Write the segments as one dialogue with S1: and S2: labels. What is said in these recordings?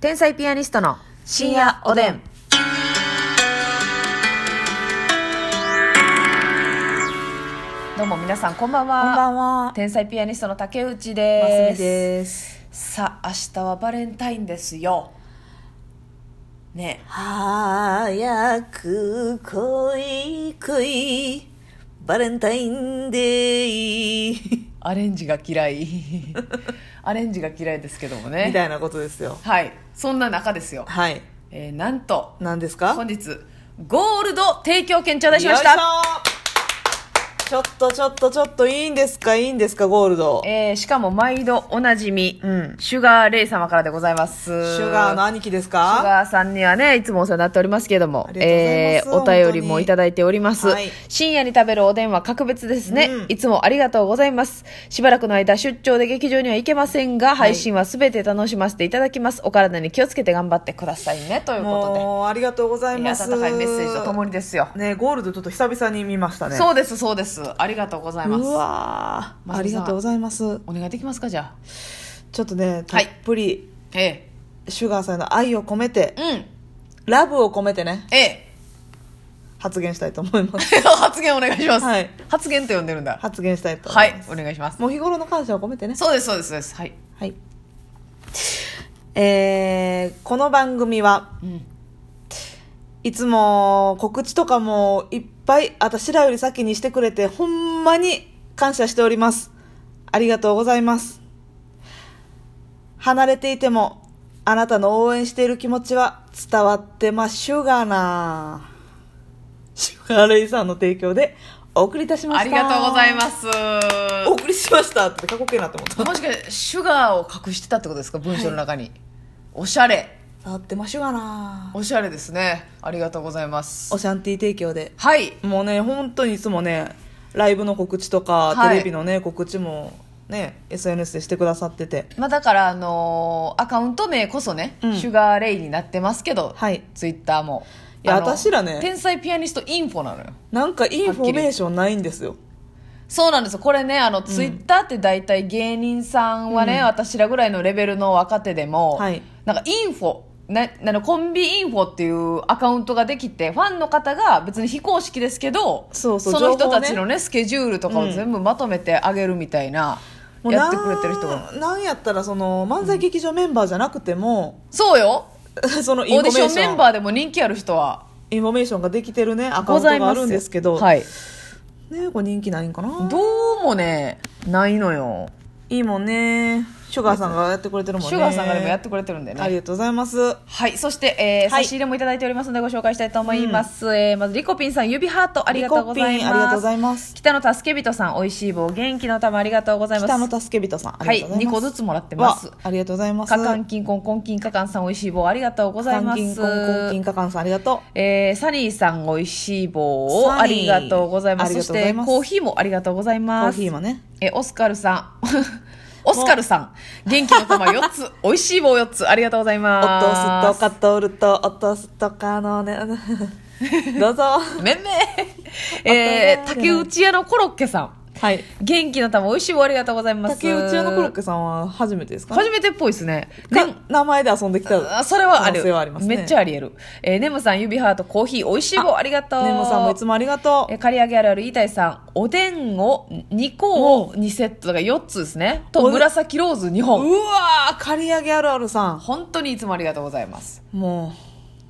S1: 天才ピアニストの
S2: 深夜おでん。
S1: どうも皆さんこんばんは
S2: こんばんは。
S1: 天才ピアニストの竹内
S2: マス
S1: で
S2: ミ
S1: す
S2: です。
S1: さあ明日はバレンタインですよね
S2: 早く来い来い。バレンタインデー。み
S1: アレンジが嫌 いアレンジが嫌いですけどもね
S2: たいなことですよ。
S1: はいそんな中ですよ、
S2: はい。
S1: えーなんと
S2: 何ですか
S1: 本日ゴールド提供券頂戴しました
S2: よいしょちょっとちょっとちょっといいんですかいいんですかゴールド。
S1: えーしかも毎度おなじみ、
S2: うん
S1: シュガーレイ様からでございます
S2: シュガーの兄貴です
S1: シュ
S2: か
S1: ガーさんにはね、いつもお世話になっておりますけれども
S2: あ、りがとうござい
S1: え
S2: ます
S1: ーお便りもいただいております、
S2: 本当にはい
S1: 深夜に食べるおでんは格別ですね、
S2: うん
S1: いつもありがとうございます。しばらくの間、出張で劇場には行けませんが、配信はすべて楽しませていただきます。お体に気をつけて頑張ってくださいね、というこ
S2: もう、ありがとうござ
S1: と
S2: い
S1: で。
S2: ます。
S1: 温かいメッセージとともにですよ。
S2: ね、ゴールドちょっと久々に見ましたね。
S1: そうです、そうです。ありがとうございます
S2: う。わー
S1: マス
S2: あ
S1: ミ
S2: り
S1: さん
S2: がとうございます
S1: お願いできますか、じゃあ。
S2: ちょっとねた
S1: は
S2: っ
S1: い
S2: ぷり
S1: え
S2: シュガーさんへの愛を込めて
S1: え。うん。
S2: ラブを込めてね
S1: ええ。
S2: 発言したいと思います
S1: 発言お願いします。
S2: はい
S1: 発言と呼んでるんだ。
S2: 発言したいと思
S1: はいい
S2: ます、、
S1: お願いします。
S2: もう日頃の感謝を込めてね
S1: そうです、そうです、そうです。はい。
S2: はいえー、この番組は
S1: うん。
S2: いつも告知とかもいっぱい私らより先にしてくれてほんまに感謝しておりますありがとうございます離れていてもあなたの応援している気持ちは伝わってましゅがなシュガーレイさんの提供でお送りいたしまし
S1: あ
S2: た
S1: りがとうございますす。
S2: お送りしましたって過去形になって思った
S1: もしかして、シュガーを隠してたってことですか、文章の中に。おしゃれ。
S2: 伝わってましゅがな
S1: おしゃれですね。ありがとうございます
S2: お。シャンティー提供で
S1: はい。
S2: もうね本当にいつもねライブの告知とか、
S1: はい
S2: テレビのね告知もね SNS でしてくださってて
S1: まあ、だから、あのーアカウント名こそね、
S2: うん
S1: シュガーレイになってますけど、
S2: はい
S1: ツイッターも。
S2: いや
S1: あの
S2: 私らね
S1: 天才ピアニストインフォなのよ。
S2: なんかインフォメーションないんですよ
S1: そうなんですよこれねあの、ツイッターって大体芸人さんはね、私らぐらいのレベルの若手でも、
S2: はい
S1: なんかインフォななのコンビインフォっていうアカウントができてファンの方が別に非公式ですけど
S2: そうそう
S1: の
S2: 情
S1: 人
S2: 報を
S1: た
S2: ね
S1: ちのねスケジュールとかを全部まとめてあげるみたいな、や
S2: な
S1: ってくれてる人が
S2: んなんやったらその漫才劇場メンバーじゃなくても、
S1: そうよ
S2: その
S1: オ
S2: イン
S1: ー
S2: フ
S1: ディ
S2: ォ
S1: ショ
S2: メー
S1: ン
S2: ショ
S1: メ
S2: ン
S1: ンバーでも人気ある人は
S2: インフォメーションができてるねアカウ
S1: ご
S2: ント
S1: ざい
S2: が
S1: ま
S2: あ
S1: す
S2: るんですけど
S1: はい、
S2: ねこれ人気ないんかな
S1: どうもねないのよ、
S2: いいもんねシュガーさんがやってくれてるもんね
S1: シュガーさんがでもやってくれてるんでね
S2: ありがとうございます
S1: はい、そして、えー
S2: はい
S1: 差し入れもいただいておりますのでご紹介したいと思います、えーまずリコピンさん指ハートありがとうござい
S2: リコ
S1: ま
S2: ピン
S1: す
S2: ありがとうございます
S1: 北野助人さんおいしい棒元気の玉ありがとうございます
S2: 北野助人さんあ
S1: は
S2: り
S1: い
S2: がとうございます
S1: 2個ずつもらってます
S2: わありがとうございます
S1: かかんきんこんこんきんかかんさんおいしい棒ありがとうございます
S2: コンコンキンカカンさんありがと
S1: えーサニーさんおいしい棒を
S2: サ
S1: あ
S2: ニ
S1: り
S2: ー
S1: がとうございます
S2: ありが
S1: そし
S2: とうござ
S1: て
S2: います
S1: コーヒーもありがとうございう
S2: コー
S1: ます
S2: ヒーもね
S1: えオスカルさん オスカルさん元気の玉4つ おいしい棒4つありがとうござい
S2: おと
S1: ます
S2: すとかとるとおとすとかのねどうぞ
S1: め んめえー、
S2: あとは
S1: 竹内屋のコロッケさん。
S2: はい
S1: 元気の玉美味しい棒ありがとうございます。
S2: 竹内屋のコロッケさんは初めてですか
S1: 初めてっぽいですね。
S2: か
S1: ね
S2: 名前で遊んできた
S1: あそれはあ
S2: 可能
S1: る
S2: 性はありますね
S1: めっちゃありえる。えー、ネムさん、指ハート、コーヒー、美味しい棒ありがとう。
S2: ねもさんもいつもありがと
S1: えー、刈り上げあるある、イタイさん、おでんを2個を2セット、だから4つですね。と、
S2: おで
S1: 紫ローズ2
S2: うう
S1: 本。
S2: わー刈り上げあるあるさん
S1: 本当にいつもありがとうございます。
S2: もう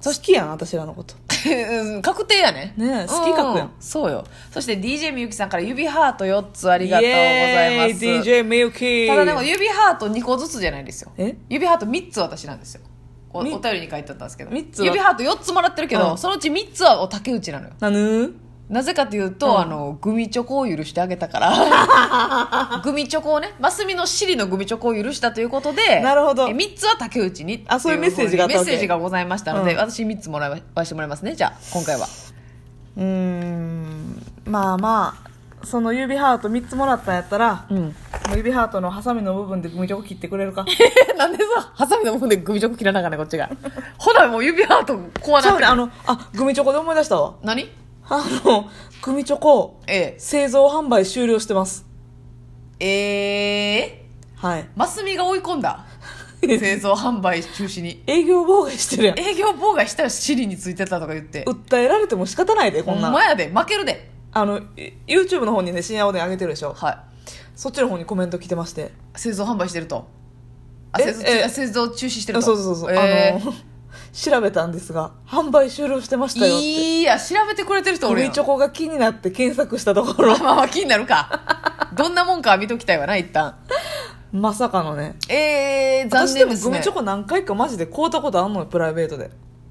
S2: 好きやん私らのこと
S1: うん確定やね。
S2: ねえ好き確やん
S1: うそうよ。そして DJ みゆきさんから指ハート4つありがとうございます。
S2: イエーイ DJ みゆき
S1: ただでも指ハート2個ずつじゃないですよ
S2: え
S1: 指ハート3つ私なんですよおお
S2: み
S1: 便りに書いてあったんですけど
S2: 三つは
S1: 指ハート4つもらってるけど、
S2: うん
S1: そのうち3つはお竹内なのよ
S2: なぬ
S1: なぜかというと、
S2: うん
S1: あのグミチョコを許してあげたから グミチョコをねマスミの尻のグミチョコを許したということで
S2: なるほど
S1: 3つは竹内にって
S2: あそういうメッセージがあった
S1: メ
S2: わ
S1: ッ
S2: け
S1: セージがございましたので、
S2: うん
S1: 私3つもらわせてもらいますねじゃあ今 回は
S2: うーんまあまあその指ハート3つもらったんやったら、
S1: うん
S2: もう指ハートのハサミの部分でグミチョコ切ってくれるか
S1: なんでさハサミの方でグミチョコ切らなあかんねこっちがほなもう指ハートこう
S2: ちゃ
S1: なって
S2: うね
S1: る
S2: あのあグミチョコで思い出したわ
S1: 何
S2: あのグミチョコ
S1: え
S2: 製造販売終了してます
S1: えええ
S2: はい
S1: マスミが追い込んだ製造販売中止に
S2: 営業妨害してるやん
S1: 営業妨害したら尻についてたとか言って
S2: 訴えられても仕方ないでこ
S1: ほ
S2: ん
S1: ん
S2: なん
S1: まやで負けるで
S2: あのい YouTube の方にね深夜おでん上げてるでしょ
S1: は
S2: そっちの方にコメント来てまして
S1: い製造販売してるとあ
S2: え
S1: 製造
S2: え
S1: 中製造中止してる
S2: そう
S1: と
S2: そうそうそう、
S1: え
S2: あの 調べたんですが販売終了してました
S1: ー
S2: よって
S1: いや調べてくれてる人俺
S2: グ
S1: や
S2: ミ
S1: ん
S2: チョコが気になって検索した ところ
S1: まあまあ気になるかどんなもんか見ときたいわな一旦
S2: まさかのね
S1: えー、残
S2: 私で
S1: 念
S2: も
S1: です
S2: グ
S1: ね
S2: ミチョコ何回かマジで買うたことあんのよプライベートで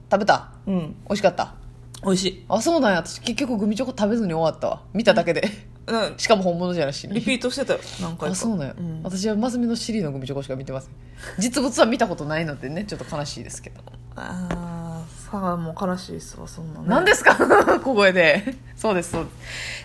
S1: 食べた
S2: うん
S1: 美味しかった
S2: 美味しい、
S1: あそうなんや私結局グミチョコ食べずに終わったわ見ただけで
S2: うん、
S1: しかも本物じゃないし
S2: リピートしてたよ何回か
S1: あそうなんや、
S2: ん
S1: 私はマスミのシリーのグミチョコしか見てません実物は見たことないのでねちょっと悲しいですけど
S2: あーさあもう悲しいっすわそんなね
S1: 何 ですか小声でそうですそうで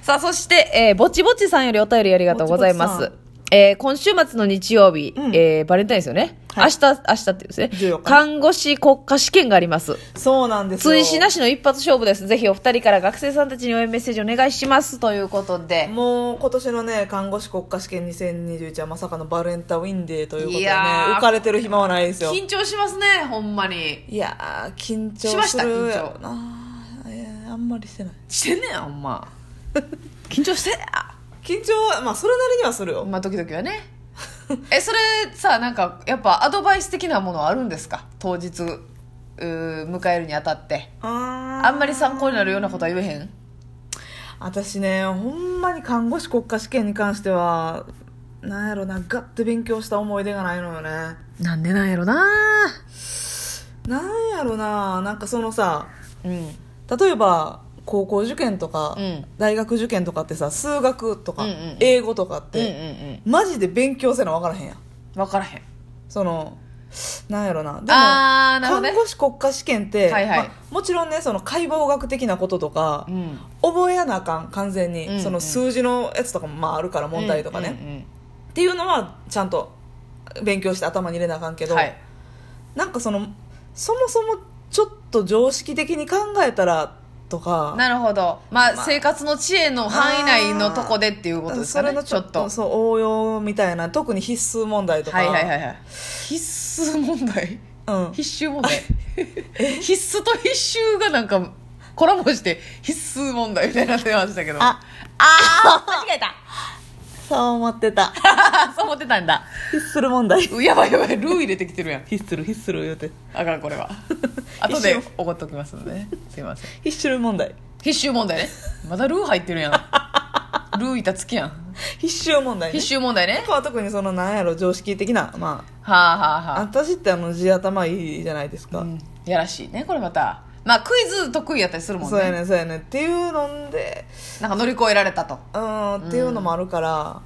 S1: すさあそして、えーぼちぼちさんよりお便りありがとうございます
S2: ぼちぼちさん
S1: えー今週末の日曜日、
S2: うん
S1: えーバレンタインですよね、
S2: はい
S1: 明日明日っていうです
S2: 14
S1: ね
S2: 日
S1: 看護師国家試験があります
S2: そうなんですよ
S1: 追試なしの一発勝負ですぜひお二人から学生さんたちに応援メッセージお願いしますということで
S2: もう今年のね看護師国家試験2021はまさかのバレンタインデーということで
S1: い
S2: ね
S1: やー
S2: 浮かれてる暇はないですよ
S1: 緊張しますねほんまに
S2: いやー緊張
S1: しまし
S2: す
S1: た
S2: る
S1: 緊張
S2: やろなあいやーあんまりしてない
S1: してんねんほん ま緊張してんな
S2: 緊張はまあそれなりにはするよ
S1: まあ時々はね えそれさなんかやっぱアドバイス的なものはあるんですか当日うー迎えるにあたって
S2: あー
S1: あんまり参考になるようなことは言えへん
S2: 私ねほんまに看護師国家試験に関してはなんやろなガッて勉強した思い出がないのよね
S1: なんでなんやろな
S2: なんやろななんかそのさ
S1: うん
S2: 例えば高校受験とか、
S1: うん
S2: 大学受験とかってさ数学とか、
S1: うんうんうん
S2: 英語とかっ
S1: うんうんう
S2: て、
S1: ん
S2: マジで勉強せな分からへんやん
S1: 分からへん
S2: そのなんやろなでも
S1: あーなるほどね
S2: 看護師国家試験って、
S1: はいはい
S2: まあもちろんねその解剖学的なこととか、
S1: ん
S2: 覚えやなあかん完全に、
S1: うんうん
S2: その数字のやつとかもまああるから問題とかね、っていうのはちゃんと勉強して頭に入れなあかんけ
S1: うんうんう
S2: ど、
S1: んはい
S2: なんかそのそもそもちょっと常識的に考えたらとか
S1: なるほどまあ、
S2: まあ
S1: 生活の知恵の範囲内のとこでっていうことですか
S2: それ
S1: ね
S2: の
S1: ちょっと
S2: そう応用みたいな特に必須問題とか、
S1: はいはいはいはい必須問題
S2: うん、
S1: 必修問題必須と必修がなんかコラボして必須問題みたいになってましたけど
S2: あ
S1: あー間違えた
S2: そう思ってた
S1: そう思ってたんだ
S2: 必須る問題
S1: うやばいやばいルー入れてきてるやん
S2: 必須る必須る言うて
S1: あかんこれは後
S2: 必
S1: で
S2: 修
S1: 怒っときますのでねすいません
S2: 必須る問題
S1: 必修問題ねまだルー入ってるやんルー板つきやん
S2: 必修問題ね
S1: 必修問題ね
S2: 僕は特にそのなんやろ常識的なま
S1: はあはあ
S2: あ
S1: はあ
S2: 私ってあの地頭いいじゃないですか、
S1: うんやらしいねこれまたまあクイズ得意やったりするもん
S2: そうや
S1: ね
S2: ねんそうやねんっていうので
S1: なんか乗り越えられたと
S2: うんっていうのもあるから、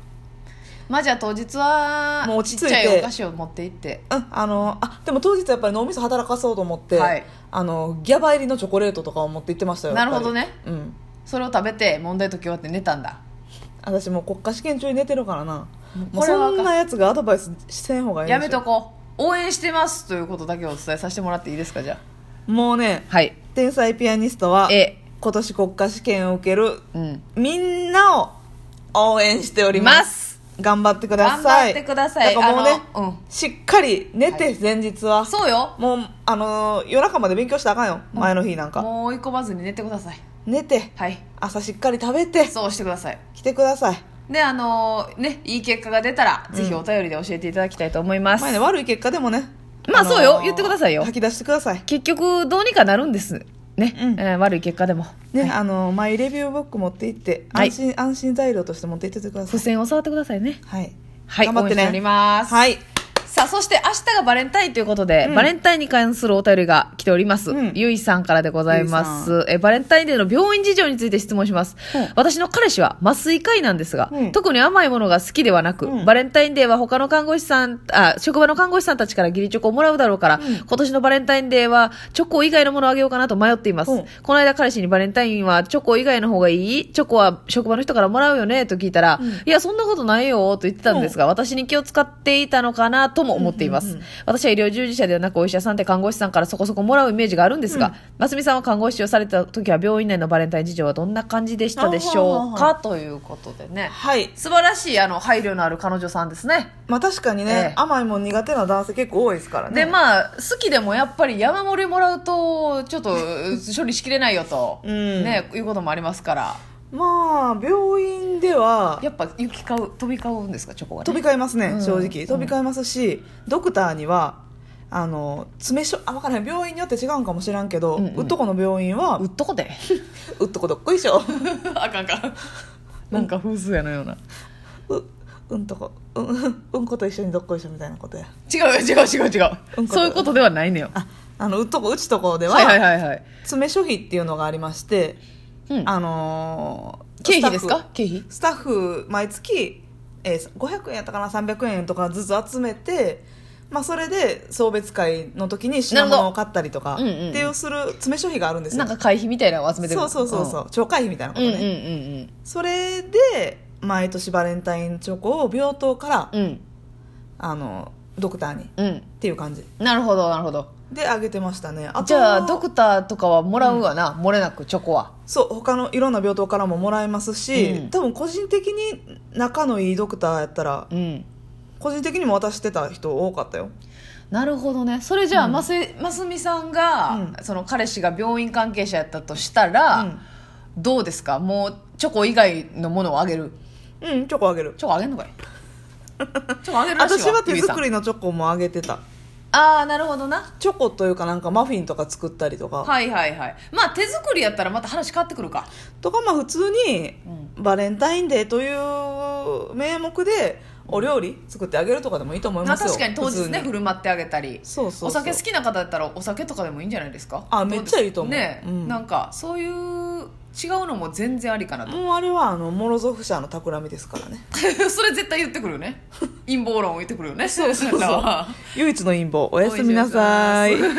S1: まあじゃあ当日は
S2: もう落ち着いて
S1: ちっちゃいお菓子を持って行って
S2: うん、あのあでも当日やっぱり脳みそ働かそうと思って、
S1: はい
S2: あのギャバ入りのチョコレートとかを持って行ってましたよ
S1: なるほどね
S2: やっぱりうん
S1: それを食べて問題解き終わって寝たんだ
S2: 私もう国家試験中に寝てるからな
S1: こ
S2: もう
S1: れは
S2: そんなやつがアドバイスしてん方がいいでし
S1: や
S2: ょ
S1: めとこう応援してますということだけをお伝えさせてもらっていいですかじゃ
S2: もうね
S1: あはい
S2: 天才ピアニストは
S1: え
S2: 今年国家試験を受ける
S1: うん
S2: みんなを応援しております頑張ってくだ
S1: 頑
S2: さ
S1: 張
S2: い
S1: ってください
S2: だからもうね、
S1: あのうん
S2: しっかり寝
S1: は
S2: て前日は、
S1: そうよ
S2: もうあのー夜中まで勉強したらあかんよ前の日なんか
S1: もう追い込まずに寝てください
S2: 寝て
S1: はい
S2: 朝しっかり食べて
S1: そうしてください
S2: 来てください
S1: であのーねいい結果が出たら、ぜひお便りで教えていただきたいと思います、
S2: 前ね悪い結果でもね
S1: まあ
S2: のー
S1: そうよ言ってくださいよ
S2: 吐き出してください
S1: 結局どうにかなるんですね、
S2: うん
S1: えー悪い結果でも
S2: ね、あのマイレビューブック持って行って
S1: はい
S2: 安心、安心材料として持って行っててくださ
S1: 付
S2: い。
S1: 箋を触ってくださいね
S2: はい、
S1: はい
S2: 頑張って
S1: 応援しており
S2: ね。
S1: ます
S2: はい、
S1: さあ、そして明日がバレンタインということで、
S2: うん
S1: バレンタインに関するお便りが来ております。
S2: うん
S1: ゆいさんからでございます。え、バレンタインデーの病院事情について質問します。
S2: うん
S1: 私の彼氏は麻酔科医なんですが、
S2: うん
S1: 特に甘いものが好きではなく、
S2: うん
S1: バレンタインデーは他の看護師さん、あ、職場の看護師さんたちから義理チョコをもらうだろうから、
S2: ん
S1: 今年のバレンタインデーはチョコ以外のものをあげようかなと迷っています。
S2: うん
S1: この間彼氏にバレンタインはチョコ以外の方がいいチョコは職場の人からもらうよねと聞いたら、
S2: うん
S1: いや、そんなことないよと言ってたんですが、私に気を使っていたのかなととも思っています、
S2: うんうんうん
S1: 私は医療従事者ではなくお医者さんって看護師さんからそこそこもらうイメージがあるんです
S2: うん
S1: が、ますみさんは看護師をされた時は病院内のバレンタイン事情はどんな感じでしたでしょう
S2: あはは
S1: かということでね
S2: はい。
S1: 素晴らしいあの配慮のある彼女さんですね
S2: まあ確かに
S1: ええ
S2: ね、甘いもん苦手な男性結構多いですから
S1: で
S2: ね。
S1: まあ好きでもやっぱり山盛りもらうとちょっと処理しきれないよと、
S2: うん
S1: ね、いうこともありますから
S2: まあ、病院では、
S1: やっぱ雪買う飛び交うんですかチョコが、ね、
S2: 飛び交います
S1: う
S2: ね
S1: ん、
S2: 正
S1: う
S2: 直。
S1: ん
S2: 飛び交いますし、ドクターには、あの、詰め所、あ、わからない。病院によって違うんかもしらんけど、
S1: う
S2: うん
S1: うん
S2: っとこの病院は
S1: う、っとこ で
S2: うっとこどっこいしょ。
S1: あかんかなんか風水やのような
S2: う、うんとこ、うん、 うんこと一緒にどっこいしょみたいなことや。
S1: 違う違う違う違う、
S2: うんこ
S1: そういうことではないのよ
S2: あ、あの、うっとこ、うちとこでは、
S1: はいはいはいはい、
S2: 詰め所費っていうのがありまして、
S1: うん、
S2: あのー
S1: 経費です
S2: スタッフ
S1: か経費
S2: スタッフ毎月、えー500円やったかな300円とかずつ集めて、まあ、それで送別会の時に品物を買ったりとかっ
S1: な
S2: て
S1: るほどうんうんうん
S2: いうする詰め所費があるんです
S1: な
S2: よ
S1: んか会費みたいなのを集めてる
S2: そうそうそうそう、超会費みたいなこ
S1: うん
S2: と
S1: う
S2: ね、
S1: んうんうん
S2: それで毎年バレンタインチョコを病棟から、
S1: うん
S2: あのドクターにっ
S1: うん
S2: ていう感じ
S1: なるほどなるほど
S2: であげてましたねあとは
S1: じゃあドクターとかはもらうわな、漏れなくチョコは
S2: そう他のいろんな病棟からももらえますし、
S1: うん
S2: 多分個人的に仲のいいドクターやったら
S1: うん
S2: 個人的にも渡してた人多かったよ
S1: なるほどねそれじゃあ、ませますみさんが、
S2: う
S1: その彼氏が病院関係者やったとしたら、どうですかもうチョコ以外のものをあげる
S2: うん、うん、チョコあげる
S1: チョコあげんの かいチョコあげるらしいわ
S2: 私は手
S1: ゆいさん
S2: 作りのチョコもあげてた
S1: ああなるほどな
S2: チョコというかなんかマフィンとか作ったりとか
S1: はいはいはいまあ手作りやったらまた話変わってくるか
S2: とかまあ普通にバレンタインデーという名目でお料理作ってあげるとかでもいいと思い
S1: まあ
S2: ますよ
S1: 確かに当日ね振
S2: 普通
S1: る舞ってあげたり
S2: そうそうそう
S1: お酒好きな方だったらお酒とかでもいいんじゃないですか
S2: あ
S1: どです
S2: めっちゃいいと思う
S1: ねえ、
S2: うん
S1: なんかそういう違うのも全然ありかな と、
S2: もうあれはあのモロゾフ社の企みですからね
S1: それ絶対言ってくるよね陰謀論を言ってくるよねそう
S2: そうそう
S1: は
S2: 唯一の陰謀おやすみなさい
S1: おやすみなさい